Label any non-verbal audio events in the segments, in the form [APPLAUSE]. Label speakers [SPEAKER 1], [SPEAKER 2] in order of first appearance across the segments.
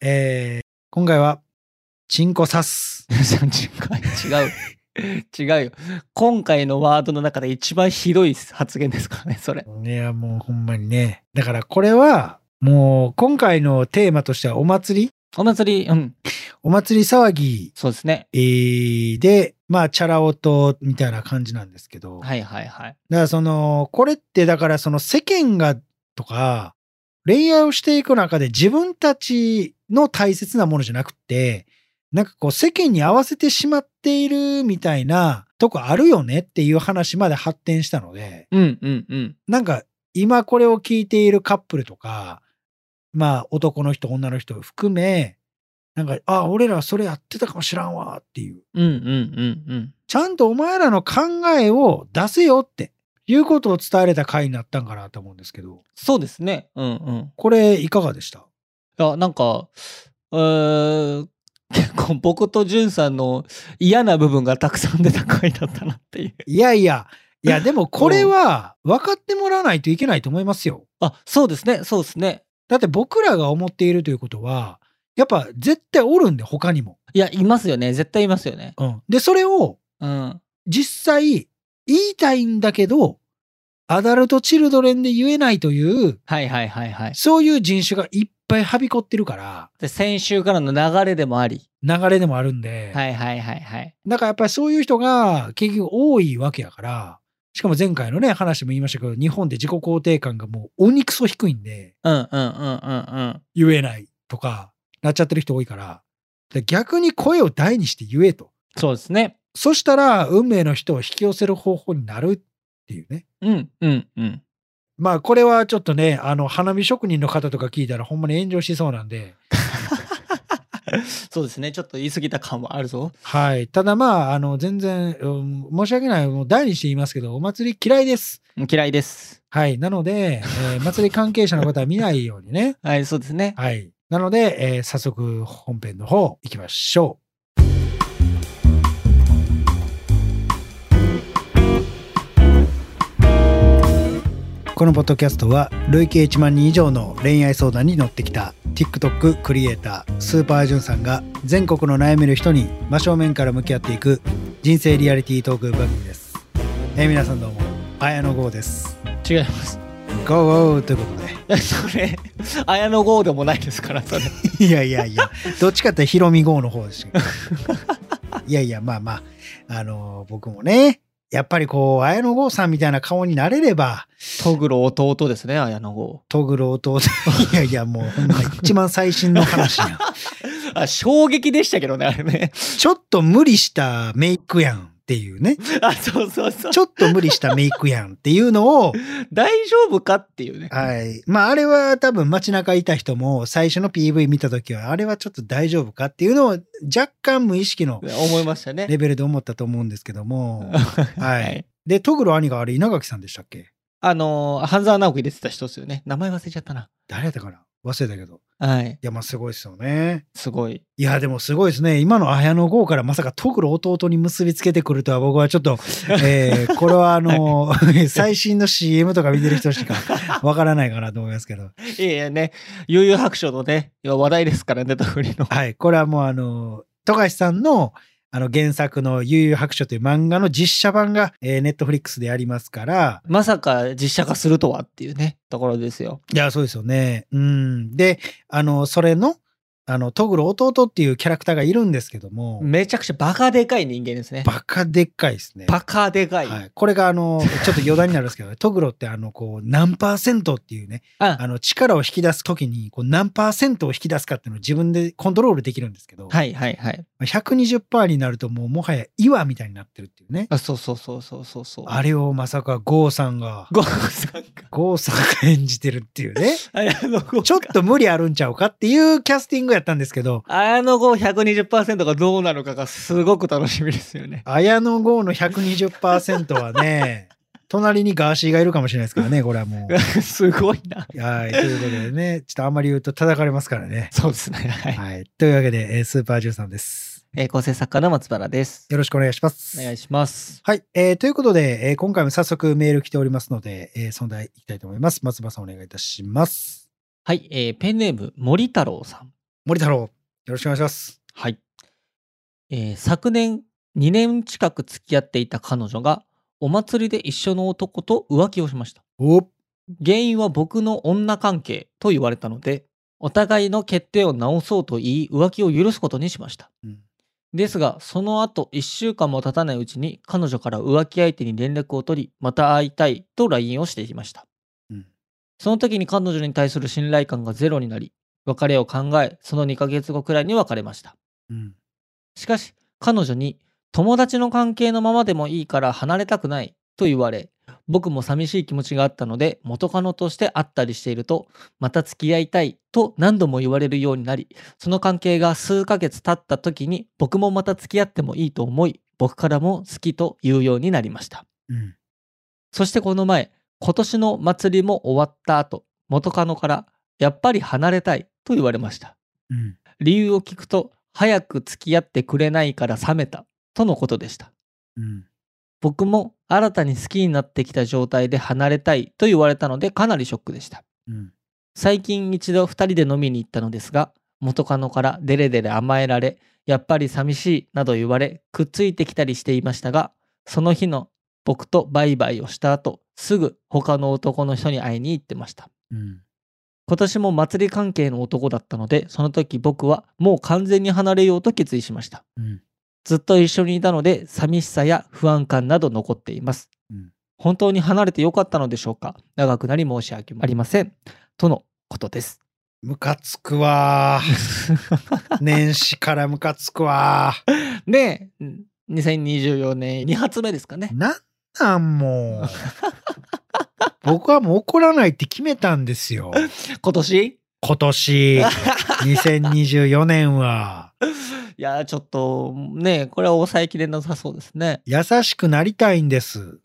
[SPEAKER 1] えー、今回は、チンコサス。
[SPEAKER 2] [LAUGHS] 違う。違うよ。今回のワードの中で一番ひどい発言ですからね、それ。
[SPEAKER 1] いや、もうほんまにね。だからこれは、もう今回のテーマとしてはお祭り
[SPEAKER 2] お祭り、うん。
[SPEAKER 1] お祭り騒ぎ、
[SPEAKER 2] そうですね。
[SPEAKER 1] えーで、まあ、チャラ男みたいな感じなんですけど。
[SPEAKER 2] はいはいはい。
[SPEAKER 1] だからその、これってだからその世間がとか、恋愛をしていく中で自分たちの大切なものじゃなくて、なんかこう世間に合わせてしまっているみたいなとこあるよねっていう話まで発展したので、
[SPEAKER 2] うんうんうん。
[SPEAKER 1] なんか今これを聞いているカップルとか、まあ男の人、女の人含め、なんか、あ、俺らそれやってたかもしらんわっていう。
[SPEAKER 2] うんうんうんうん。
[SPEAKER 1] ちゃんとお前らの考えを出せよっていうことを伝えれた回になったんかなと思うんですけど、
[SPEAKER 2] そうですね。うんうん。
[SPEAKER 1] これいかがでした
[SPEAKER 2] いや、なんか、うーん、 [LAUGHS] 結構僕とんさんの嫌な部分がたくさん出た回だったなっていう。
[SPEAKER 1] いやいや、いやでもこれは分かってもらわないといけないと思いますよ。
[SPEAKER 2] あ、そうですね、そうですね。
[SPEAKER 1] だって僕らが思っているということは、やっぱ絶対おるんで他にも。
[SPEAKER 2] いや、いますよね。絶対いますよね。
[SPEAKER 1] うん、で、それを
[SPEAKER 2] うん。
[SPEAKER 1] 実際言いたいんだけど、アダルトチルドレンで言えないという、
[SPEAKER 2] はいはいはいはい。
[SPEAKER 1] そういう人種がいっぱいはびこってるから、
[SPEAKER 2] で、先週からの流れでもあり。
[SPEAKER 1] 流れでもあるんで、
[SPEAKER 2] はいはいはいはい。
[SPEAKER 1] だからやっぱりそういう人が結局多いわけやから、しかも前回のね、話でも言いましたけど、日本で自己肯定感がもう鬼クソ低いんで、
[SPEAKER 2] うんうんうんうんうん。
[SPEAKER 1] 言えないとか、なっちゃってる人多いから、で逆に声を大にして言えと。
[SPEAKER 2] そうですね。
[SPEAKER 1] そしたら、運命の人を引き寄せる方法になるっていうね。
[SPEAKER 2] うんうんうん。
[SPEAKER 1] まあ、これはちょっとね、あの、花見職人の方とか聞いたらほんまに炎上しそうなんで、
[SPEAKER 2] そうですね。ちょっと言い過ぎた感はあるぞ。
[SPEAKER 1] はい。ただまあ、あの、全然、うん申し訳ない。もう大にして言いますけど、お祭り嫌いです。
[SPEAKER 2] 嫌いです。
[SPEAKER 1] はい。なので、えー祭り関係者の方は見ないようにね。
[SPEAKER 2] はい、そうですね。
[SPEAKER 1] はい。なので、えー早速本編の方行きましょう。このポッドキャストは累計1万人以上の恋愛相談に乗ってきた TikTok クリエイタースーパージュンさんが全国の悩める人に真正面から向き合っていく人生リアリティートーク番組です。えー皆さんどうも綾野剛です。
[SPEAKER 2] 違います。
[SPEAKER 1] ゴーゴーということで。
[SPEAKER 2] それ、綾野剛でもないですから、それ。
[SPEAKER 1] いやいやいや、どっちかってヒロミ号の方でしたけど。いやいや、まあまあ、あのー僕もね、やっぱりこう、綾野剛さんみたいな顔になれれば、
[SPEAKER 2] トグロ弟ですね、綾野剛。
[SPEAKER 1] トグロ弟、いやいや、もうほんま一番最新の話やん。
[SPEAKER 2] あ、衝撃でしたけどね、あれね。
[SPEAKER 1] ちょっと無理したメイクやんっていうね、
[SPEAKER 2] あ、そうそうそう
[SPEAKER 1] ち。ょっと無理したメイクやんっていうのを、
[SPEAKER 2] 大丈夫かっていうね。
[SPEAKER 1] はい。まあ、あれは多分街中いた人も最初の PV 見たときは、あれはちょっと大丈夫かっていうのを若干無意識の
[SPEAKER 2] 思いましたね。
[SPEAKER 1] レベルで思ったと思うんですけども、は。。
[SPEAKER 2] はい
[SPEAKER 1] で、トグロ兄があれ、稲垣さんでしたっけ
[SPEAKER 2] あのー、半沢直樹出てた人ですよね。名前忘れちゃったな。
[SPEAKER 1] 誰やったかな忘れたけど。
[SPEAKER 2] はい。
[SPEAKER 1] いや、まあ、すごいですよね。
[SPEAKER 2] すごい。
[SPEAKER 1] いや、でもすごいですね。今の綾野剛からまさかトグロ弟に結びつけてくるとは、僕はちょっと、えー、これはあの、 [LAUGHS] 最新の CM とか見てる人しかわからないかなと思いますけど。
[SPEAKER 2] いやいやね、悠々白書のね、今話題ですからね、たふりの。
[SPEAKER 1] はい。これはもうあの、富樫さんの、あの原作の悠々白書という漫画の実写版が、えー、ネットフリックスでありますから、
[SPEAKER 2] まさか実写化するとはっていうね、ところですよ。
[SPEAKER 1] いや、そうですよね。うん。で、あの、それの、あの、トグロ弟っていうキャラクターがいるんですけども、
[SPEAKER 2] めちゃくちゃバカでかい人間ですね。
[SPEAKER 1] バカでっかいですね。
[SPEAKER 2] バカでかい。
[SPEAKER 1] はい。これが、あの、ちょっと余談になるんですけど、トグロって、あの、こう、何パーセントっていうね、
[SPEAKER 2] あ
[SPEAKER 1] あの、力を引き出すときに、こう、何パーセントを引き出すかっていうのを自分でコントロールできるんですけど、
[SPEAKER 2] はいはいはい。
[SPEAKER 1] 120%になると、もう、もはや岩みたいになってるっていうね。
[SPEAKER 2] あ、そうそうそうそうそうそう。
[SPEAKER 1] あれをまさか、ゴーさんが、
[SPEAKER 2] ゴーさんか。
[SPEAKER 1] ゴーさんが演じてるっていう
[SPEAKER 2] [LAUGHS]
[SPEAKER 1] ね。
[SPEAKER 2] 綾野剛。
[SPEAKER 1] ちょっ。と無理あるんちゃうかっていうキャスティングやったんですけど、
[SPEAKER 2] 綾野剛120%がどうなるかがすごく楽しみですよね。
[SPEAKER 1] 綾野剛の120%は
[SPEAKER 2] [LAUGHS]
[SPEAKER 1] ね、隣にガーシーがいるかもしれないですからね、これはも
[SPEAKER 2] すごいな。
[SPEAKER 1] う。はい、ということでね、ちょっとあんまり言うと叩かれますからね。
[SPEAKER 2] そうですね。はい。
[SPEAKER 1] はい、というわけで、えースーパージューさんです。
[SPEAKER 2] えー構成作家の松原です。
[SPEAKER 1] よろしくお願いします。
[SPEAKER 2] お願いします。
[SPEAKER 1] はい、えーということで、えー今回も早速メール来ておりますので、えー、その題いきたいと思います。松葉さんお願いいたします。
[SPEAKER 2] はい、えーペンネーム森太郎さん。
[SPEAKER 1] 森太郎、よろしくお願いします。
[SPEAKER 2] はい、えー昨年2年近く付き合っていた彼女がお祭りで一緒の男と浮気をしました
[SPEAKER 1] お
[SPEAKER 2] 原因は僕の女関係と言われたのでお互いの欠点を直そうと言い浮気を許すことにしました
[SPEAKER 1] うん
[SPEAKER 2] ですがその後1週間も経たないうちに彼女から浮気相手に連絡を取りまた会いたいと LINE をしていました
[SPEAKER 1] うん
[SPEAKER 2] その時に彼女に対する信頼感がゼロになり別れを考えその2ヶ月後くらいに別れました
[SPEAKER 1] うん
[SPEAKER 2] しかし彼女に友達の関係のままでもいいから離れたくないと言われ僕も寂しい気持ちがあったので元カノとして会ったりしているとまた付き合いたいと何度も言われるようになりその関係が数ヶ月経った時に僕もまた付き合ってもいいと思い僕からも好きと言うようになりました
[SPEAKER 1] うん
[SPEAKER 2] そしてこの前、今年の祭りも終わった後、元カノから、やっぱり離れたいと言われました。
[SPEAKER 1] うん
[SPEAKER 2] 理由を聞くと、早く付き合ってくれないから冷めた、とのことでした。
[SPEAKER 1] うん
[SPEAKER 2] 僕も新たに好きになってきた状態で離れたいと言われたので、かなりショックでした。
[SPEAKER 1] うん
[SPEAKER 2] 最近一度2人で飲みに行ったのですが元カノからデレデレ甘えられやっぱり寂しいなど言われくっついてきたりしていましたがその日の僕とバイバイをした後すぐ他の男の人に会いに行ってました
[SPEAKER 1] うん
[SPEAKER 2] 今年も祭り関係の男だったのでその時僕はもう完全に離れようと決意しました
[SPEAKER 1] うん
[SPEAKER 2] ずっと一緒にいたので寂しさや不安感など残っています、
[SPEAKER 1] うん
[SPEAKER 2] 本当に離れてよかったのでしょうか長くなり申し訳ありませんとのことです
[SPEAKER 1] ムカつくわー年始からムカつくわー
[SPEAKER 2] で、うん2024年2発目ですかね。
[SPEAKER 1] なんなんもう僕はもう怒らないって決めたんですよ
[SPEAKER 2] 今年
[SPEAKER 1] 今年2024年はい
[SPEAKER 2] やー、ちょっとね、これは抑えきれなさそうですね。
[SPEAKER 1] 優しくなりたいんです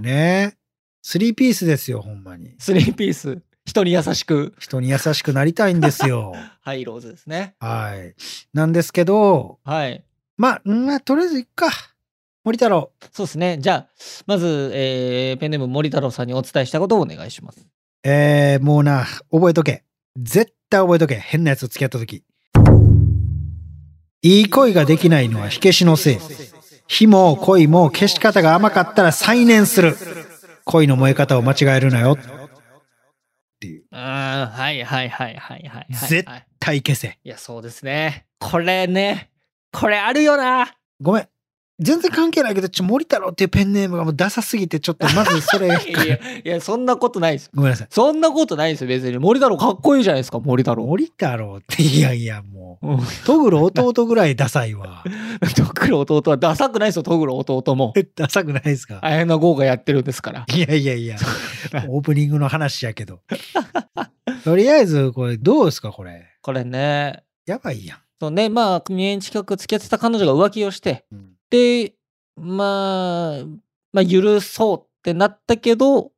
[SPEAKER 1] ねスリーピースですよほんまに
[SPEAKER 2] スリーピース、人に優しく、
[SPEAKER 1] 人に優しくなりたいんですよ
[SPEAKER 2] ハイローズですね。
[SPEAKER 1] はいなんですけど
[SPEAKER 2] はい。
[SPEAKER 1] まあ、うんまあ、とりあえずいっか森太郎
[SPEAKER 2] そうですね。じゃあ、まず、えーペンネーム森太郎さんにお伝えしたことをお願いします。
[SPEAKER 1] えー、もうな、覚えとけ。絶対覚えとけ。変なやつと付き合った時。いい恋ができないのは火消しのせい。火も恋も消し方が甘かったら再燃する。恋の燃え方を間違えるなよ。
[SPEAKER 2] あーはいはいはいはいはい、はい。
[SPEAKER 1] 絶対消せ。
[SPEAKER 2] いや、そうですね。これね、これあるよな。。
[SPEAKER 1] ごめん。全然関係ないけど、ちょ、森太郎っていうペンネームがもうダサすぎて、ちょっとまずそれ
[SPEAKER 2] いやいや、いやそんなことないです。
[SPEAKER 1] ごめんなさい。
[SPEAKER 2] そんなことないですよ、別に。森太郎かっこいいじゃないですか、森太郎。
[SPEAKER 1] 森太郎って、いやいや、も
[SPEAKER 2] うん
[SPEAKER 1] う、
[SPEAKER 2] [LAUGHS]
[SPEAKER 1] トグロ弟ぐらいダサいわ。 [LAUGHS]
[SPEAKER 2] トグロ弟はダサくないですよ、トグロ弟も。
[SPEAKER 1] ダサくないですか
[SPEAKER 2] 綾野剛がやってるんですから。
[SPEAKER 1] [LAUGHS] いやいやいや、オープニングの話やけど。とりあえず、これどうですか、これ。
[SPEAKER 2] これね。
[SPEAKER 1] やばいやん。
[SPEAKER 2] そうね、まあ、2年近く付き合ってた彼女が浮気をして、
[SPEAKER 1] うん
[SPEAKER 2] で、まあ、まあ、許そうってなったけど、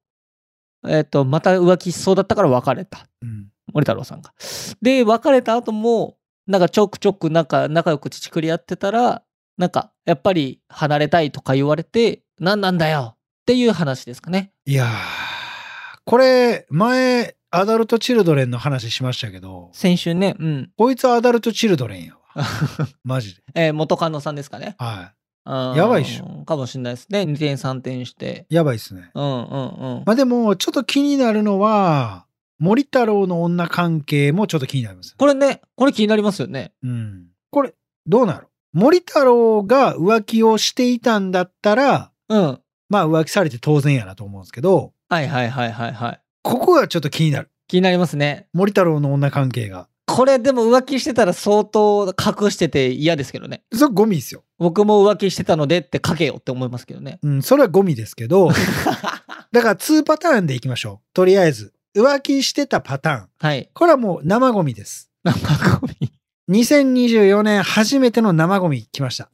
[SPEAKER 2] えっ、と、また浮気しそうだったから別れた。
[SPEAKER 1] うん。
[SPEAKER 2] 森太郎さんが。で、別れた後も、なんかちょくちょくなんか仲良く乳くりやってたら、なんかやっぱり離れたいとか言われて、何なんだよっていう話ですかね。
[SPEAKER 1] いやー、これ、前、アダルト・チルドレンの話しましたけど、
[SPEAKER 2] 先週ね、うん。
[SPEAKER 1] こいつアダルト・チルドレンやわ。
[SPEAKER 2] [LAUGHS]
[SPEAKER 1] マジで。
[SPEAKER 2] えー元カノさんですかね。
[SPEAKER 1] はや
[SPEAKER 2] や
[SPEAKER 1] ばいっし
[SPEAKER 2] ょ。かもしれないですね。二転三転して。
[SPEAKER 1] い。やばいっすね。
[SPEAKER 2] うんうんうん。
[SPEAKER 1] まあでも、ちょっと気になるのは、森太郎の女関係もちょっと気になります。
[SPEAKER 2] これね、これ気になりますよね。
[SPEAKER 1] うん。これ、どうなる森太郎が浮気をしていたんだったら、
[SPEAKER 2] うん。
[SPEAKER 1] まあ浮気されて当然やなと思うんですけど、
[SPEAKER 2] はいはいはいはいはい。
[SPEAKER 1] ここがちょっと気になる。
[SPEAKER 2] 気になりますね。
[SPEAKER 1] 森太郎の女関係が。
[SPEAKER 2] これでも浮気してたら相当隠してて嫌ですけどね。
[SPEAKER 1] それゴミですよ。
[SPEAKER 2] 僕も浮気してたのでって書けよって思いますけどね。
[SPEAKER 1] うん、それはゴミですけど、
[SPEAKER 2] [LAUGHS]
[SPEAKER 1] だから2パターンでいきましょう。とりあえず、浮気してたパターン。
[SPEAKER 2] はい。
[SPEAKER 1] これはもう生ゴミです。
[SPEAKER 2] 生ゴミ。
[SPEAKER 1] 2024年初めての生ゴミ来ま
[SPEAKER 2] [LAUGHS]
[SPEAKER 1] した。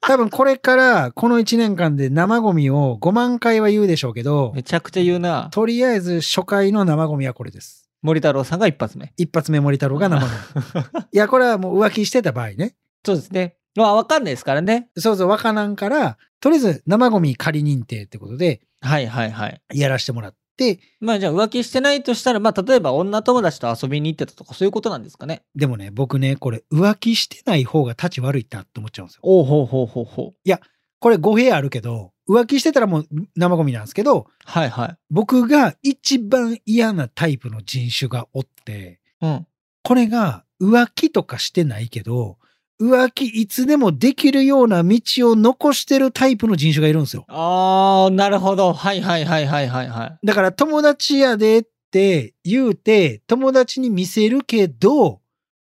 [SPEAKER 1] 多分これからこの1年間で生ゴミを5万回は言うでしょうけど、
[SPEAKER 2] めちゃくちゃ言うな。
[SPEAKER 1] とりあえず初回の生ゴミはこれです。
[SPEAKER 2] 森太郎さんが一発目。
[SPEAKER 1] 一発目森太郎が生ゴミ。
[SPEAKER 2] [LAUGHS]
[SPEAKER 1] いや、これはもう浮気してた場合ね。
[SPEAKER 2] そうですね。まあわかんないですからね。
[SPEAKER 1] そうそう、わからんから、とりあえず生ゴミ仮認定ってことで、
[SPEAKER 2] はいはいはい。
[SPEAKER 1] やらしてもらって、て、
[SPEAKER 2] まあじゃあ浮気してないとしたら、まあ例えば女友達と遊びに行ってたとかそういうことなんですかね。
[SPEAKER 1] でもね、僕ね、これ浮気してない方が立ち悪いなって思っちゃうんですよ。
[SPEAKER 2] おうほうほうほうほう。
[SPEAKER 1] これ語弊あるけど、浮気してたらもう生ゴミなんですけど、
[SPEAKER 2] はいはい。
[SPEAKER 1] 僕が一番嫌なタイプの人種がおって、
[SPEAKER 2] うん。
[SPEAKER 1] これが浮気とかしてないけど、浮気いつでもできるような道を残してるタイプの人種がいるんですよ。
[SPEAKER 2] あー、なるほど。はいはいはいはいはいはい。
[SPEAKER 1] だから友達やでって言うて、友達に見せるけど、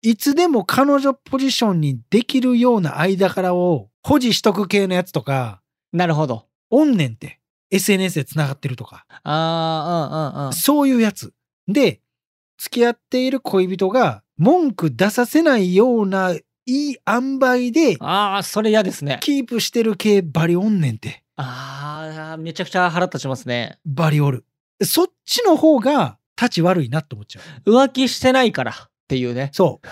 [SPEAKER 1] いつでも彼女ポジションにできるような間柄を保持しとく系のやつとか、
[SPEAKER 2] なるほど。
[SPEAKER 1] おんねんって。SNS で繋がってるとか。
[SPEAKER 2] あー、うんうんうん。
[SPEAKER 1] そういうやつ。で、付き合っている恋人が文句出させないようないい塩梅で
[SPEAKER 2] あー、それ嫌ですね。
[SPEAKER 1] キープしてる系バリおんねんって。
[SPEAKER 2] あー、めちゃくちゃ腹立ちますね。
[SPEAKER 1] バリおる。そっちの方が立ち悪いなって思っちゃう。
[SPEAKER 2] 浮気してないからっていうね。
[SPEAKER 1] そう。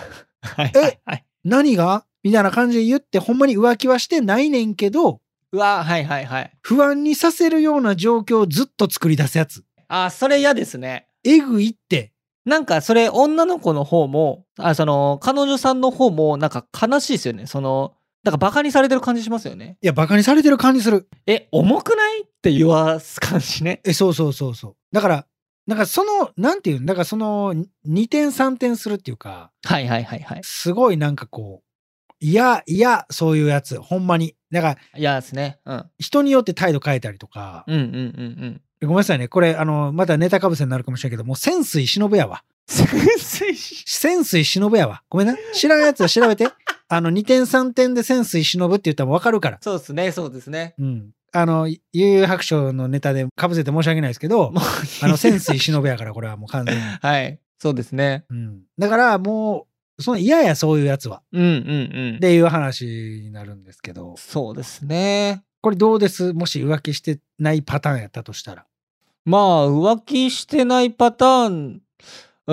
[SPEAKER 2] はい
[SPEAKER 1] はい
[SPEAKER 2] はい。
[SPEAKER 1] 何がみたいな感じで言ってほんまに浮気はしてないねんけど
[SPEAKER 2] うわ、はいはいはい。
[SPEAKER 1] 不安にさせるような状況をずっと作り出すやつ
[SPEAKER 2] あー、それ嫌ですね。
[SPEAKER 1] えぐいって
[SPEAKER 2] なんかそれ女の子の方もあその彼女さんの方もなんか悲しいですよねそのなんかバカにされてる感じしますよね
[SPEAKER 1] いやバカにされてる感じする
[SPEAKER 2] え重くないって言わす感じね
[SPEAKER 1] えそうそうそうそうだからなんかそのなんていうんだからその2点3点するっていうか
[SPEAKER 2] はいはいはいはい
[SPEAKER 1] すごいなんかこういやいやそういうやつほんまにだから
[SPEAKER 2] いやですね、うん、
[SPEAKER 1] 人によって態度変えたりとか
[SPEAKER 2] うんうんうんうん
[SPEAKER 1] ごめんなさいねこれあのまたネタかぶせになるかもしれんけどもう潜水忍やわ
[SPEAKER 2] 先生し
[SPEAKER 1] 潜水忍やわ。ごめんな。知らんやつは調べて。あの、2点3点で潜水忍って言ったらわかるから。
[SPEAKER 2] そうですねそうですね
[SPEAKER 1] うん。あの、悠々白書のネタで被せて申し訳ないですけど、
[SPEAKER 2] もう
[SPEAKER 1] あ
[SPEAKER 2] [LAUGHS]
[SPEAKER 1] の、潜水忍やから、これはもう完全に。
[SPEAKER 2] はいそうですね
[SPEAKER 1] うん。だから、もう、その嫌や、そういうやつは。
[SPEAKER 2] うんうんうん
[SPEAKER 1] っていう話になるんですけど、
[SPEAKER 2] そうですね
[SPEAKER 1] これどうですもし浮気してないパターンやったとしたら。
[SPEAKER 2] まあ浮気してないパターンう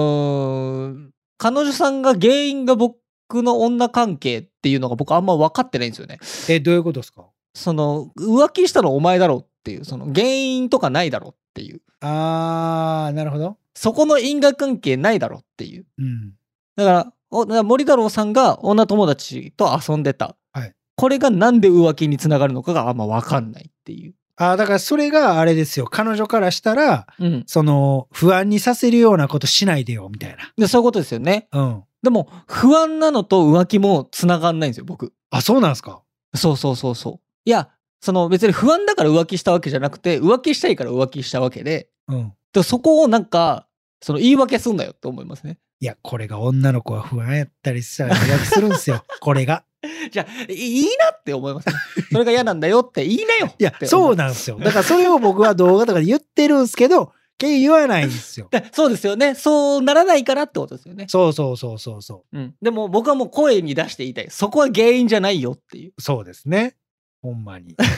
[SPEAKER 2] ーん彼女さんが原因が僕の女関係っていうのが僕あんま分かってないんですよね。
[SPEAKER 1] え、どういうことですか
[SPEAKER 2] その浮気したのお前だろっていうその原因とかないだろっていう
[SPEAKER 1] あー、なるほど。
[SPEAKER 2] そこの因果関係ないだろっていう
[SPEAKER 1] うん。
[SPEAKER 2] だからおだから森太郎さんが女友達と遊んでた、
[SPEAKER 1] はい
[SPEAKER 2] これがなんで浮気につながるのかがあんま分かんないっていう。
[SPEAKER 1] あー、だからそれがあれですよ。彼女からしたら、
[SPEAKER 2] うん、
[SPEAKER 1] その、不安にさせるようなことしないでよ、みたい
[SPEAKER 2] でそういうことですよね。
[SPEAKER 1] な。うん。
[SPEAKER 2] でも不安なのと浮気もつながんないんですよ僕。
[SPEAKER 1] あ、そうなんですか
[SPEAKER 2] そうそうそうそう。いや、その別に不安だから浮気したわけじゃなくて、浮気したいから浮気したわけで、
[SPEAKER 1] うん。
[SPEAKER 2] でそこをなんか、その言い訳すんなよって思いますね。 [LAUGHS]
[SPEAKER 1] いや、これが女の子は不安やったりしたら浮気するんです [LAUGHS] よ。これが。
[SPEAKER 2] じゃあ、いいいなって思います、ね。それが嫌なんだよって言いなよ
[SPEAKER 1] いや、そう
[SPEAKER 2] う
[SPEAKER 1] なんですよ。だからそれを僕は動画とかで言ってるんですけど、結局言わないんですよ。
[SPEAKER 2] でそうですよね。そうならないからってことですよね。
[SPEAKER 1] そうそうそうそうそ
[SPEAKER 2] うん、でも僕はもう声に出して言いたい。そこは原因じゃないよっていう。
[SPEAKER 1] う。そうですね。ほんまに。だか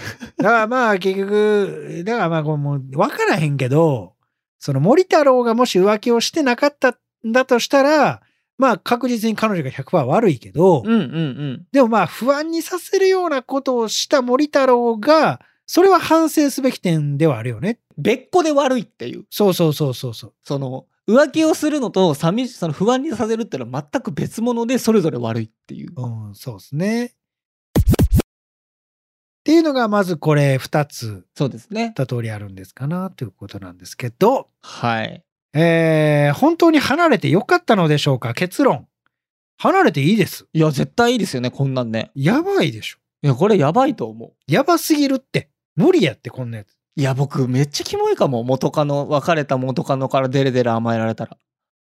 [SPEAKER 1] らまあ結局、だからまあこうもう分からへんけど、その森太郎がもし浮気をしてなかったんだとしたら、まあ確実に彼女が100%悪いけど、
[SPEAKER 2] うんうんうん。
[SPEAKER 1] でもまあ不安にさせるようなことをした森太郎が、それは反省すべき点ではあるよね。
[SPEAKER 2] 別個で悪いっていう。
[SPEAKER 1] そうそうそうそうそう。
[SPEAKER 2] その、浮気をするのと寂しその不安にさせるっていうのは全く別物でそれぞれ悪いっていう。
[SPEAKER 1] うん、そうですね。っていうのがまずこれ2つ
[SPEAKER 2] そうですね。
[SPEAKER 1] 言った通りあるんですかなということなんですけど、
[SPEAKER 2] はい。
[SPEAKER 1] えー、本当に離れてよかったのでしょうか結論。離れていいです。
[SPEAKER 2] いや、絶対いいですよね、こんなんね。
[SPEAKER 1] やばいでしょ。
[SPEAKER 2] いや、これやばいと思
[SPEAKER 1] やばすぎるって。無理やってこんなやつ。
[SPEAKER 2] う。いや、僕、めっちゃキモいかも。元カノ、別れた元カノからデレデレ甘えられたら。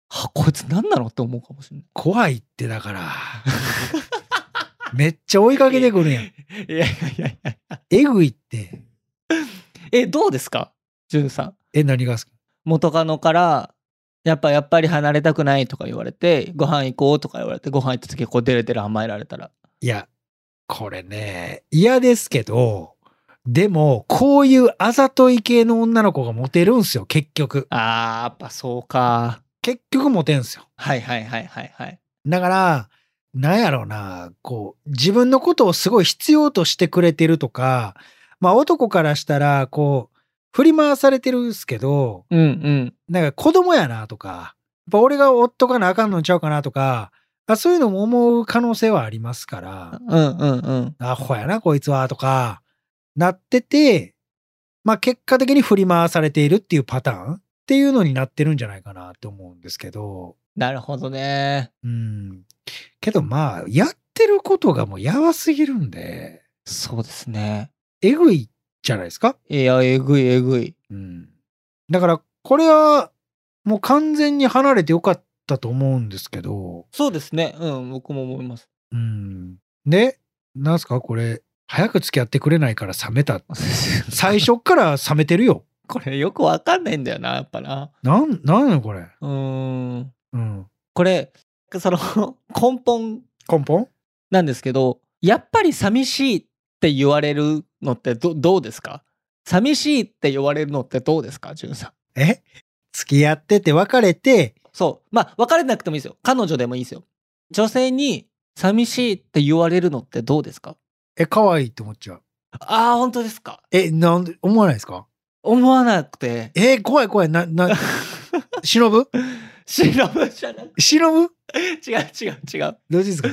[SPEAKER 2] は、こいつ何なのって思うかもしれな
[SPEAKER 1] 怖いってだから。 [LAUGHS] めっちゃ追いかけてくるやん。
[SPEAKER 2] い。いやいやいやいや。
[SPEAKER 1] えぐいって。
[SPEAKER 2] え、どうですかジュンさん。
[SPEAKER 1] え、何がですか
[SPEAKER 2] 元カノから、やっぱ、やっぱり離れたくないとか言われて、ご飯行こうとか言われて、ご飯行った時、こう、デレデレ甘えられたら。
[SPEAKER 1] いや、これね、嫌ですけど、でも、こういうあざとい系の女の子がモテるんすよ、結局。
[SPEAKER 2] あー、やっぱそうか。
[SPEAKER 1] 結局モテんすよ。
[SPEAKER 2] はいはいはいはいはい。
[SPEAKER 1] だから、なんやろうな、こう、自分のことをすごい必要としてくれてるとか、まあ男からしたら、こう、振り回されてるっすけど、
[SPEAKER 2] うんうん。
[SPEAKER 1] なんか子供やなとか、やっぱ俺がおっとかなあかんのちゃうかなとか、あそういうのも思う可能性はありますから、
[SPEAKER 2] うんうんうん。
[SPEAKER 1] アホやなこいつはとか、なってて、まあ結果的に振り回されているっていうパターンっていうのになってるんじゃないかなって思うんですけど、
[SPEAKER 2] なるほどね。
[SPEAKER 1] うん。けどまあ、やってることがもうやばすぎるんで、
[SPEAKER 2] そうですね。
[SPEAKER 1] えぐいじゃないですか
[SPEAKER 2] いや、えぐいえぐい。
[SPEAKER 1] うん。だから、これは、もう完全に離れてよかったと思うんですけど、
[SPEAKER 2] そうですね。うん、僕も思います。 [LAUGHS]
[SPEAKER 1] うん。で、なんすかこれ、早く付き合ってくれないから冷めた。最初っから冷めてるよ。
[SPEAKER 2] これよくわかんないんだよな、やっぱな。
[SPEAKER 1] なん、なんよこれ。
[SPEAKER 2] うーん。
[SPEAKER 1] うん。
[SPEAKER 2] これ、その根本
[SPEAKER 1] 根本
[SPEAKER 2] なんですけど、やっぱり寂しいって言われるのってどどうですか寂しいって言われるのってどうですか、んさん。
[SPEAKER 1] え付き合ってて別れて、
[SPEAKER 2] そう。まあ、別れなくてもいいですよ。彼女でもいいですよ。女性に寂しいって言われるのってどうですか
[SPEAKER 1] え、可愛いって思っちゃう。
[SPEAKER 2] ああ、本当ですか。
[SPEAKER 1] え、なんで、思わないですか
[SPEAKER 2] 思わなくて。
[SPEAKER 1] えー怖い怖い。な、 [LAUGHS] な、忍ぶ
[SPEAKER 2] 忍ぶじゃなく
[SPEAKER 1] 忍ぶ
[SPEAKER 2] 違う違う違う。
[SPEAKER 1] どうですか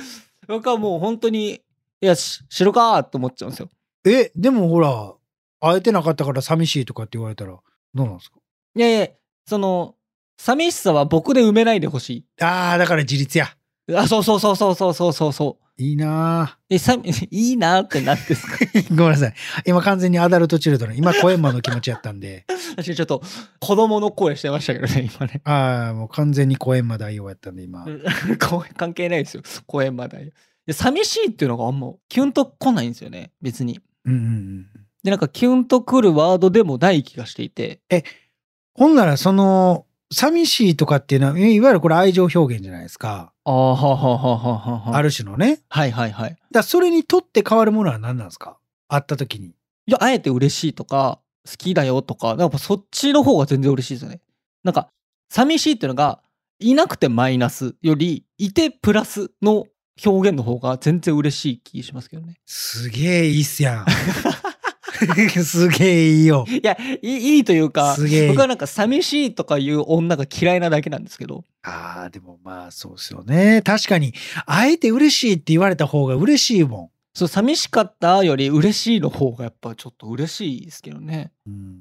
[SPEAKER 2] 僕はもう本当に、いや、し白かーって思っちゃうんですよ。
[SPEAKER 1] え、でもほら、会えてなかったから寂しいとかって言われたら、どうなんですか
[SPEAKER 2] いやいや、その、寂しさは僕で埋めないでほし
[SPEAKER 1] ああ、だから自立や。
[SPEAKER 2] い。あ、そうそうそうそうそうそうそうそう。
[SPEAKER 1] いいな
[SPEAKER 2] え、さ、 [LAUGHS] いいなーってなんですか [LAUGHS]
[SPEAKER 1] ぁ [LAUGHS] ごめんなさい。今完全にアダルトチルドレン。今、コエンマの気持ちやったんで。
[SPEAKER 2] 確かにちょっと、子供の声してましたけどね、今ね。
[SPEAKER 1] ああ、もう完全にコエンマ代用やったんで、今。
[SPEAKER 2] [LAUGHS] 公園関係ないですよ公園まだいや寂しいっていうのがあんまキュンと来ないんですよね別に
[SPEAKER 1] うんうんうん。
[SPEAKER 2] でなんかキュンと来るワードでもない気がしていて
[SPEAKER 1] ほんなら、その、寂しいとかっていうのは、いわゆるこれ愛情表現じゃないですか。
[SPEAKER 2] ああははははは
[SPEAKER 1] ある種のね。
[SPEAKER 2] はいはいはい
[SPEAKER 1] だからそれにとって変わるものは何なんですか会った時に。
[SPEAKER 2] いやあえて嬉しいとか好きだよとかなんかそっちの方が全然嬉しいですよねなんか寂しいっていうのがいなくてマイナスよりいてプラスの表現の方が全然嬉しい気しますけどね
[SPEAKER 1] すげえいいっすやん。 [LAUGHS] すげえいいよ。
[SPEAKER 2] いやいいいいというか
[SPEAKER 1] すげえいい
[SPEAKER 2] 僕はなんか寂しいとかいう女が嫌いなだけなんですけど
[SPEAKER 1] ああ、でもまあそうですよね。確かに、あえて嬉しいって言われた方が嬉しいも
[SPEAKER 2] そう寂しかったより嬉しいの方がやっぱちょっと嬉しいですけどね。
[SPEAKER 1] ん。うん。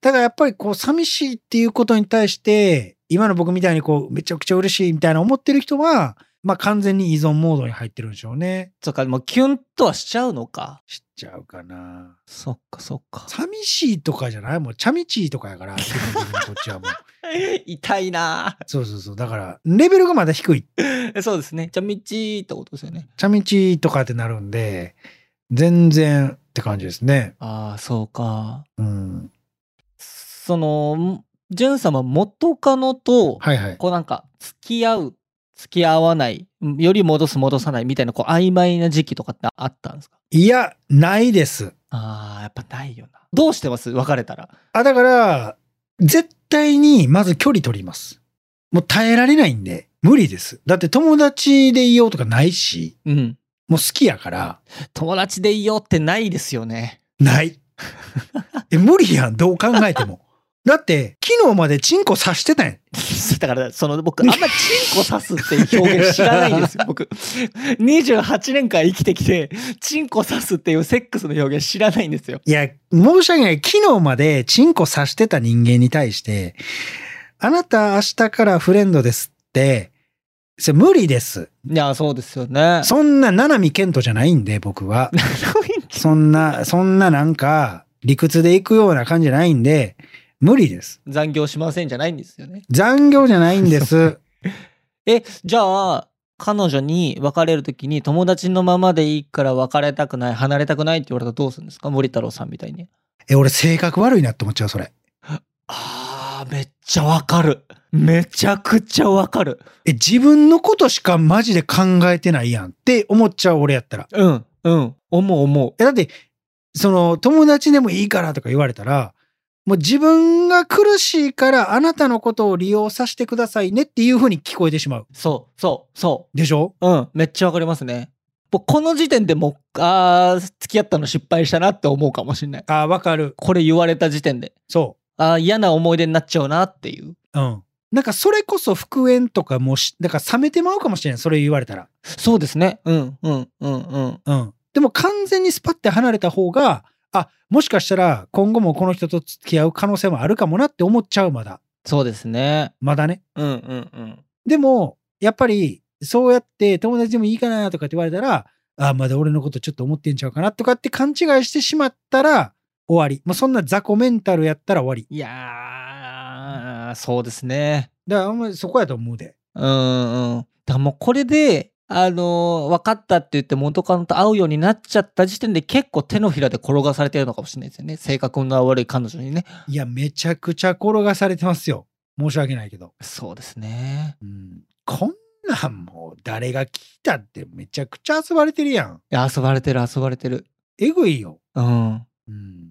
[SPEAKER 1] だからやっぱりこう、寂しいっていうことに対して、今の僕みたいにこう、めちゃくちゃ嬉しいみたいな思ってる人は、まあ完全に依存モードに入ってるんでしょうね。
[SPEAKER 2] とかもうキュンとはしちゃうのか。
[SPEAKER 1] 知っちゃうかな。
[SPEAKER 2] そっかそっ
[SPEAKER 1] [LAUGHS]
[SPEAKER 2] か。
[SPEAKER 1] 寂しいとかじゃないもう、チャミチーとかやから、基本的にこっちはもう。
[SPEAKER 2] 痛いな
[SPEAKER 1] そうそうそう。だから、レベルがまだ低い。
[SPEAKER 2] ぁそうですね。じゃあ道ってことですよね。
[SPEAKER 1] チャミチーとかってなるんで、全然って感じですね。
[SPEAKER 2] ああそうか。
[SPEAKER 1] うん。
[SPEAKER 2] そのジュン様元カノと
[SPEAKER 1] はいはい。
[SPEAKER 2] こうなんか付き合う付き合わないより戻す戻さないみたいなこう曖昧な時期とかってあったんですか
[SPEAKER 1] いや、ないです。
[SPEAKER 2] ああやっぱないよな。どうしてます別れたら。
[SPEAKER 1] あ、だから、絶対にまず距離取ります。もう耐えられないんで、無理です。だって友達でいようとかないし、
[SPEAKER 2] うん。
[SPEAKER 1] もう好きやから、
[SPEAKER 2] 友達でいようってないですよね。
[SPEAKER 1] ない。 [LAUGHS] え、無理やん、どう考えても。だって、昨日までチンコ刺してたやん。
[SPEAKER 2] [LAUGHS] だから、その僕、あんまチンコ刺すっていう表現知らないんですよ、 [LAUGHS] 僕。28年間生きてきて、チンコ刺すっていうセックスの表現知らないんですよ。
[SPEAKER 1] いや、申し訳ない。昨日までチンコ刺してた人間に対して、あなた明日からフレンドですって、それ無理です。
[SPEAKER 2] いや、そう [LAUGHS] ですよね。
[SPEAKER 1] そんな、七海健人じゃないんで、僕は。そんな、そんななんか、理屈で行くような感じじゃないんで、無理です。
[SPEAKER 2] 残業しませんじゃないんですよね。
[SPEAKER 1] 残業じゃないんです。
[SPEAKER 2] え、じゃあ、彼女に別れるときに友達のままでいいから別れたくない、離れたくないって言われたらどうするんですか森太郎さんみたいに。
[SPEAKER 1] え、俺性格悪いなって思っちゃう、それ。
[SPEAKER 2] あー、めっちゃわかる。めちゃくちゃわかる。
[SPEAKER 1] え、自分のことしかマジで考えてないやんって思っちゃう、俺やったら。
[SPEAKER 2] うん、うん。思う思う。
[SPEAKER 1] え、だって、その、友達でもいいからとか言われたら、もう自分が苦しいからあなたのことを利用させてくださいねっていうふうに聞こえてしまう。
[SPEAKER 2] そう、そう、そう。
[SPEAKER 1] でしょ
[SPEAKER 2] うん、めっちゃわかりますね。僕この時点でもうあー付き合ったの失敗したなって思うかもしれない
[SPEAKER 1] あーわかる
[SPEAKER 2] これ言われた時点で
[SPEAKER 1] そ
[SPEAKER 2] あー嫌な思い出になっちゃうなっていう
[SPEAKER 1] ううんなんかそれこそ復縁とかもしだから冷めてまうかもしれないそれ言われたら
[SPEAKER 2] そうですねうんうんうんうん
[SPEAKER 1] うんでも完全にスパッて離れた方があもしかしたら今後もこの人と付き合う可能性もあるかもなって思っちゃうまだ
[SPEAKER 2] そうですね
[SPEAKER 1] まだね
[SPEAKER 2] うんうんうん
[SPEAKER 1] でも、やっぱり、そうやって友達でもいいかなとかって言われたら、あ、まだ俺のことちょっと思ってんちゃうかなとかって勘違いしてしまったら終わり。もうそんな雑魚メンタルやったら終わり。
[SPEAKER 2] いやーそうですね
[SPEAKER 1] だから、あんまりそこやと思うで。
[SPEAKER 2] うんうん。だからもうこれで、あのー分かったって言って元カノと会うようになっちゃった時点で結構手のひらで転がされてるのかもしれないですよね。性格の悪い彼女にね。
[SPEAKER 1] いや、めちゃくちゃ転がされてますよ。申し訳ないけど。
[SPEAKER 2] そうですね。
[SPEAKER 1] うん、こんなんもう誰が聞いたってめちゃくちゃ遊ばれてるやん。
[SPEAKER 2] いや、遊ばれてる、遊ばれてる。
[SPEAKER 1] えぐいよ。
[SPEAKER 2] うん。
[SPEAKER 1] うん。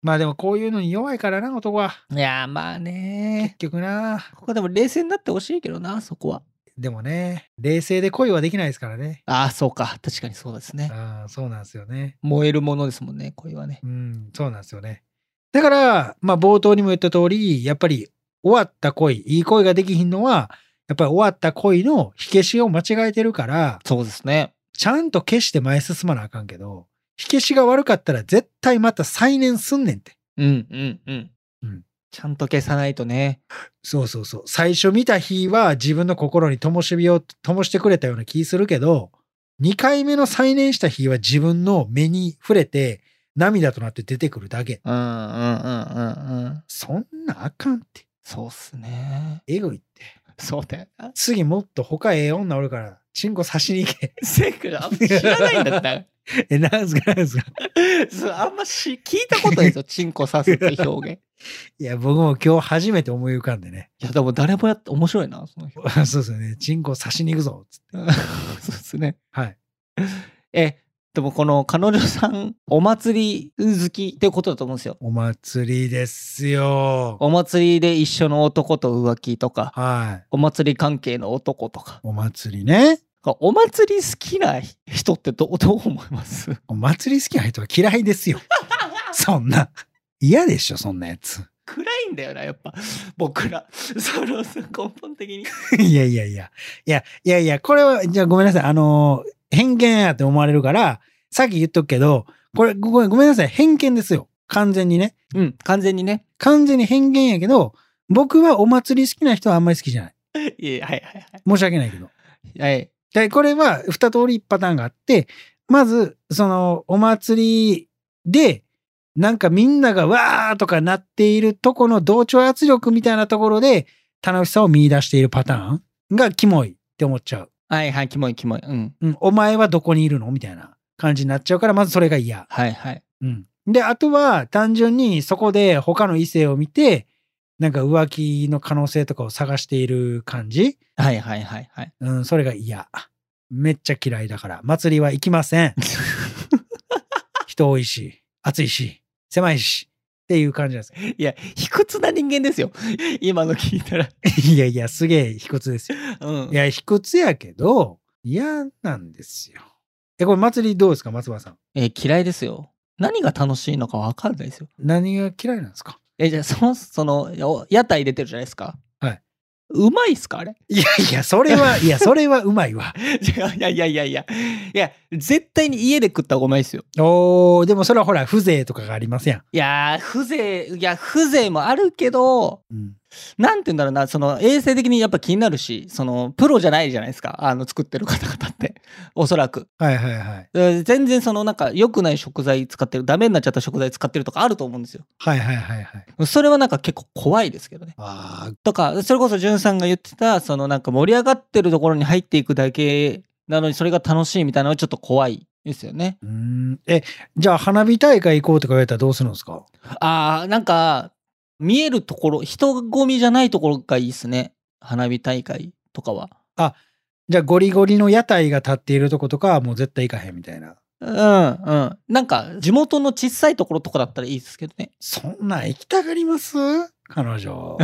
[SPEAKER 1] まあでもこういうのに弱いからな、男は。
[SPEAKER 2] いや、まあ
[SPEAKER 1] 結
[SPEAKER 2] ね。
[SPEAKER 1] 局な。
[SPEAKER 2] ここでも冷静になってほしいけどな、そこは。
[SPEAKER 1] でもね、冷静で恋はできないですからね。
[SPEAKER 2] ああ、そうか。確かにそうですね。
[SPEAKER 1] ああ、そうなんですよね。
[SPEAKER 2] 燃えるものですもんね、恋はね。
[SPEAKER 1] うん、そうなんですよね。だから、まあ冒頭にも言った通り、やっぱり終わった恋、いい恋ができひんのは、やっぱり終わった恋の火消しを間違えてるから、
[SPEAKER 2] そうですね。
[SPEAKER 1] ちゃんと消して前進まなあかんけど、火消しが悪かったら絶対また再燃すんねんって。
[SPEAKER 2] うんうんうん。
[SPEAKER 1] うん
[SPEAKER 2] ちゃんと消さないとね。
[SPEAKER 1] そうそうそう。最初見た日は自分の心に灯火を灯してくれたような気するけど、2回目の再燃した日は自分の目に触れて涙となって出てくるだけ。
[SPEAKER 2] うんうんうんうんうん。
[SPEAKER 1] そんなあかんって。
[SPEAKER 2] そうっすね。
[SPEAKER 1] えぐいって。
[SPEAKER 2] そうだよな。
[SPEAKER 1] 次もっと他ええ女おるから、チンコ差しに行け。 [LAUGHS]
[SPEAKER 2] せくら、あんま知らないんだったら。
[SPEAKER 1] え、なんすかなんすか
[SPEAKER 2] そうあんまし聞いたことない
[SPEAKER 1] [LAUGHS]
[SPEAKER 2] ですよ、チンコ刺すって表現。
[SPEAKER 1] いや、僕も今日初めて思い浮かんでね。 [LAUGHS]
[SPEAKER 2] いや、でも誰もやって面白いな、その表現。
[SPEAKER 1] そうですよね。チンコ差しに行くぞ。つって。
[SPEAKER 2] [LAUGHS] そうですね。
[SPEAKER 1] はい。
[SPEAKER 2] え、でもこの彼女さん、お祭り好きっていうことだと思うんですよ。
[SPEAKER 1] お祭りですよ。
[SPEAKER 2] お祭りで一緒の男と浮気とか、
[SPEAKER 1] はい。
[SPEAKER 2] お祭り関係の男とか。
[SPEAKER 1] お祭りね。
[SPEAKER 2] お祭り好きな人ってどどう思います
[SPEAKER 1] お祭り好きな人は嫌いですよ。 [LAUGHS] そんな。嫌でしょ、そんなやつ。 [LAUGHS]
[SPEAKER 2] 暗いんだよな、やっぱ。 [LAUGHS] 僕ら。そのさ根本的に。
[SPEAKER 1] いやいやいや。いや、いやいや、これは、じゃあごめんなさい。あのー偏見やって思われるから、さっき言っとくけど、これ、ごめんごめんなさい。偏見ですよ。完全にね。
[SPEAKER 2] うん、完全にね。
[SPEAKER 1] 完全に偏見やけど、僕はお祭り好きな人はあんまり好きじゃない。
[SPEAKER 2] いや、はいはいはい。
[SPEAKER 1] 申し訳ないけど。
[SPEAKER 2] はい。
[SPEAKER 1] で、これは二通りパターンがあって、まず、その、お祭りで、なんかみんながわーとかなっているとこの同調圧力みたいなところで、楽しさを見出しているパターンがキモいって思っちゃう。
[SPEAKER 2] はいはい、キモいキモい。うん。
[SPEAKER 1] うん、お前はどこにいるのみたいな感じになっちゃうから、まずそれが嫌。
[SPEAKER 2] はいはい。
[SPEAKER 1] うん。で、あとは単純にそこで他の異性を見て、なんか浮気の可能性とかを探している感じ
[SPEAKER 2] はいはいはいはい。
[SPEAKER 1] うん、それが嫌。めっちゃ嫌いだから。祭りは行きま [LAUGHS] せん。人多いし、暑いし、狭いし、っていう感じなんです。
[SPEAKER 2] いや、卑屈な人間ですよ。 [LAUGHS] 今の聞いたら。
[SPEAKER 1] いやいや、すげえ卑屈ですよ。
[SPEAKER 2] うん。
[SPEAKER 1] いや、卑屈やけど、嫌なんですよ。え、これ祭りどうですか松原さん。
[SPEAKER 2] えー嫌いですよ。何が楽しいのか分かんないですよ。
[SPEAKER 1] 何が嫌いなんですか
[SPEAKER 2] え、じゃあ、その、その、お屋台出てるじゃないですか。
[SPEAKER 1] はい。
[SPEAKER 2] うまいっすかあれ。
[SPEAKER 1] いやいや、それは、いや、それはうまいわ。
[SPEAKER 2] [LAUGHS] いやいやいやいや。いや、絶対に家で食った方がうまいっすよ。
[SPEAKER 1] おー、でもそれはほら、風情とかがありますやん。
[SPEAKER 2] いやー、風情、いや、風情もあるけど、なんて言うんだろうな、その衛生的にやっぱ気になるし、そのプロじゃないじゃないですか、あの作ってる方々って、 [LAUGHS] おそらく。
[SPEAKER 1] はいはいはい。
[SPEAKER 2] えー全然そのなんか良くない食材使ってるダメになっちゃった食材使ってるとかあると思うんですよ
[SPEAKER 1] はいはいはいはい。
[SPEAKER 2] それはなんか結構怖いですけどね
[SPEAKER 1] あ
[SPEAKER 2] とかそれこそんさんが言ってたそのなんか盛り上がってるところに入っていくだけなのにそれが楽しいみたいなのはちょっと怖いですよね
[SPEAKER 1] ーうん。え、じゃあ花火大会行こうとか言われたらどうするんですか
[SPEAKER 2] あーなんか見えるところ人混みじゃないところがいいですね花火大会とかは
[SPEAKER 1] じゃあゴリゴリの屋台が立っているとことかはもう絶対行かへんみたいな。
[SPEAKER 2] うんうんなんか地元の小さいところとかだったらいいですけどね [LAUGHS]
[SPEAKER 1] そんなん行きたがります彼女。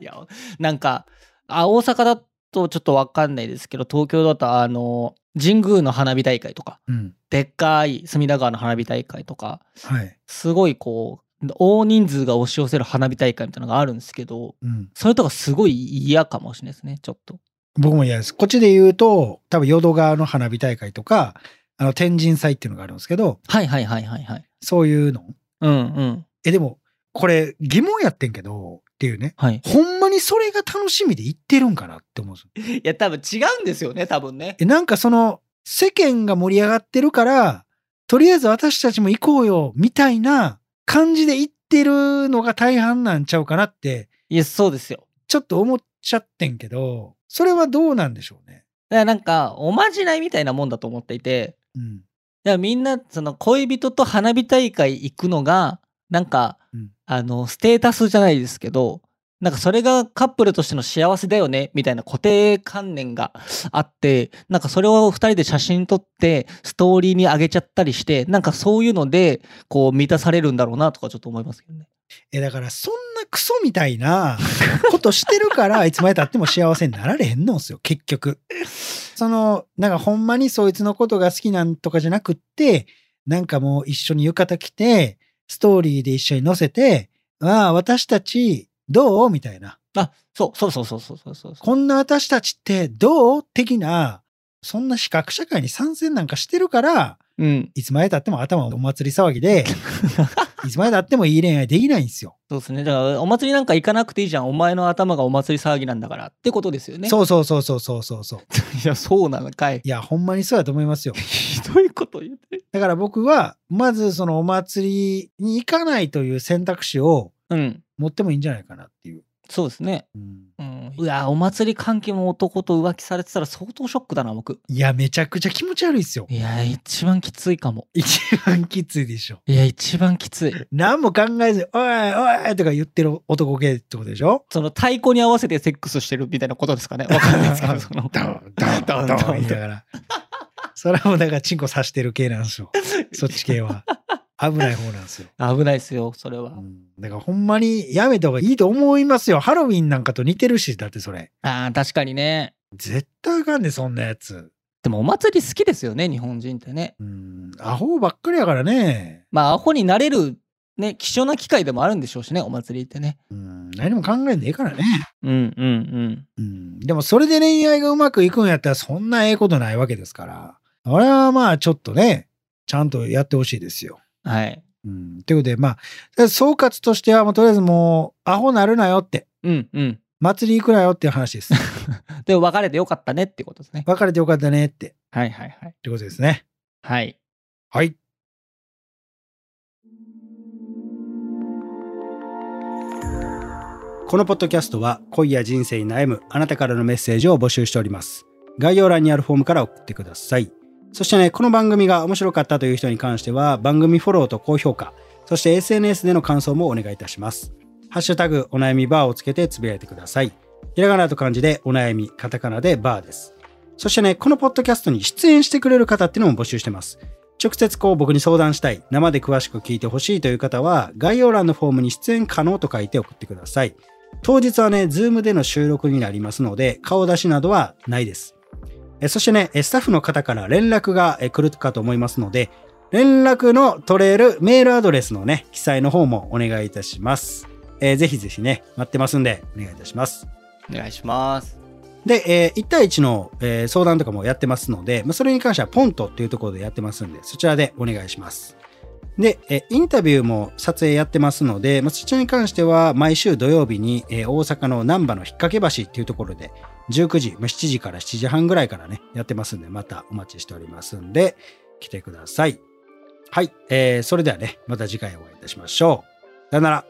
[SPEAKER 2] いや、なんか、あ、大阪だとちょっとわかんないですけど、東京だとあの、神宮の花火大会とか、
[SPEAKER 1] [LAUGHS] うん。
[SPEAKER 2] でっかい隅田川の花火大会とか、
[SPEAKER 1] はい。
[SPEAKER 2] すごいこう、大人数が押し寄せる花火大会みたいなのがあるんですけど、
[SPEAKER 1] うん。
[SPEAKER 2] それとかすごい嫌かもしれないですね、ちょっと。
[SPEAKER 1] 僕も嫌です。こっちで言うと、多分淀川の花火大会とか、あの、天神祭っていうのがあるんですけど、
[SPEAKER 2] はいはいはいはいはい。
[SPEAKER 1] そういうの。
[SPEAKER 2] うんうん。
[SPEAKER 1] え、でも、これ疑問やってんけど、っていうね。
[SPEAKER 2] はい。
[SPEAKER 1] ほんまにそれが楽しみで言ってるんかなって思うんですよ。
[SPEAKER 2] いや、多分違うんですよね、多分ね。
[SPEAKER 1] え、なんかその、世間が盛り上がってるから、とりあえず私たちも行こうよ、みたいな感じで言ってるのが大半なんちゃうかなって、
[SPEAKER 2] いや、そうですよ。
[SPEAKER 1] ちょっと思っちゃってんけど、それはどうなんでしょうね。
[SPEAKER 2] だからなんか、おまじないみたいなもんだと思っていて、
[SPEAKER 1] うん。
[SPEAKER 2] だからみんな、その恋人と花火大会行くのが、なんか、
[SPEAKER 1] うん
[SPEAKER 2] あの、ステータスじゃないですけど、なんかそれがカップルとしての幸せだよね、みたいな固定観念があって、なんかそれを二人で写真撮って、ストーリーに上げちゃったりして、なんかそういうので、こう満たされるんだろうなとかちょっと思いますけどね。
[SPEAKER 1] え、だからそんなクソみたいなことしてるから、いつまで経っても幸せになられへんのんすよ、結局。その、なんかほんまにそいつのことが好きなんとかじゃなくって、なんかもう一緒に浴衣着て、ストーリーで一緒に載せて、ああ、私たちどうみたいな。
[SPEAKER 2] あ、そう、そうそうそうそうそうそうそう。
[SPEAKER 1] こんな私たちってどう的な、そんな視覚社会に参戦なんかしてるから、
[SPEAKER 2] うん。
[SPEAKER 1] いつまで経っても頭お祭り騒ぎで、いつまで経ってもいい恋愛できないんですよ。
[SPEAKER 2] そうですね。だから、お祭りなんか行かなくていいじゃん。お前の頭がお祭り騒ぎなんだから。ってことですよね。う。
[SPEAKER 1] そうそうそうそうそうそうそう。
[SPEAKER 2] いや、そうなのかい。
[SPEAKER 1] いや、ほんまにそうだと思いますよ。
[SPEAKER 2] [LAUGHS] ひどいこと言ってる。
[SPEAKER 1] だから僕は、まずそのお祭りに行かないという選択肢を
[SPEAKER 2] うん。
[SPEAKER 1] 持ってもいいんじゃないかなっていう。
[SPEAKER 2] そうですね。
[SPEAKER 1] うん
[SPEAKER 2] うん。いや、お祭り関係も男と浮気されてたら相当ショックだな、僕。
[SPEAKER 1] いや、めちゃくちゃ気持ち悪いですよ。
[SPEAKER 2] いや、一番きついかも。
[SPEAKER 1] 一番きついでしょ。
[SPEAKER 2] いや、一番きつい。
[SPEAKER 1] 何も考えずに、おいおいとか言ってる男系ってことでしょ
[SPEAKER 2] その太鼓に合わせてセックスしてるみたいなことですかね。わかんないですけど、その。
[SPEAKER 1] ドン、ドン、ドン、ドン言いながら。それはもうだからチンコ刺してる系なん [LAUGHS] ですよ。そっち系は。危ない方なんですよ。
[SPEAKER 2] 危ないですよ、それ
[SPEAKER 1] う
[SPEAKER 2] は。
[SPEAKER 1] んだからほんまにやめた方がいいと思いますよ。ハロウィンなんかと似てるし、だってそれ。
[SPEAKER 2] ああ、確かにね。
[SPEAKER 1] 絶対あかんねそんなやつ。
[SPEAKER 2] でもお祭り好きですよね、日本人ってね。
[SPEAKER 1] うん、アホばっかりやからね。
[SPEAKER 2] まあ、アホになれる、ね、貴重な機会でもあるんでしょうしね、お祭りってね。
[SPEAKER 1] うん、何も考えんでええからね。
[SPEAKER 2] うんうんうん。
[SPEAKER 1] うん、でもそれで恋愛がうまくいくんやったらそんなええことないわけですから。あれはまあちょっとね、ちゃんとやってほしいですよ。
[SPEAKER 2] はい。
[SPEAKER 1] うん、ということで、まあ、総括としてはもうとりあえずもう、アホなるなよって、
[SPEAKER 2] うんうん。
[SPEAKER 1] 祭り行くなよっていう話です。
[SPEAKER 2] でも別れてよかったねっていうことですね。
[SPEAKER 1] 別れてよかったねって、
[SPEAKER 2] はいはいはい。
[SPEAKER 1] ということですね。
[SPEAKER 2] はい。
[SPEAKER 1] はい。
[SPEAKER 3] このポッドキャストは恋や人生に悩むあなたからのメッセージを募集しております。概要欄にあるフォームから送ってください。そしてね、この番組が面白かったという人に関しては番組フォローと高評価、そして SNS での感想もお願いいたします。ハッシュタグお悩みバーをつけてつぶやいてください。ひらがなと漢字でお悩み、カタカナでバーです。そしてね、このポッドキャストに出演してくれる方っていうのも募集してます。直接こう僕に相談したい、生で詳しく聞いてほしいという方は概要欄のフォームに出演可能と書いて送ってください。当日はね、ズームでの収録になりますので、顔出しなどはないです。えそしてね、えスタッフの方から連絡がえ来るかと思いますので、連絡の取れるメールアドレスのね、記載の方もお願いいたします。えーぜひぜひね、待ってますんで、お願いいたします。
[SPEAKER 2] お願いします。
[SPEAKER 3] で、え1対1の、えー相談とかもやってますので、まあ、それに関してはポントっていうところでやってますんで、そちらでお願いします。で、えーインタビューも撮影やってますので、まあ、そちらに関しては毎週土曜日に、えー大阪の難波の引っ掛け橋っていうところで、19時、まあ、7時から7時半ぐらいからね、やってますんで、またお待ちしておりますんで、来てください。はい、えーそれではね、また次回お会いいたしましょう。さよなら。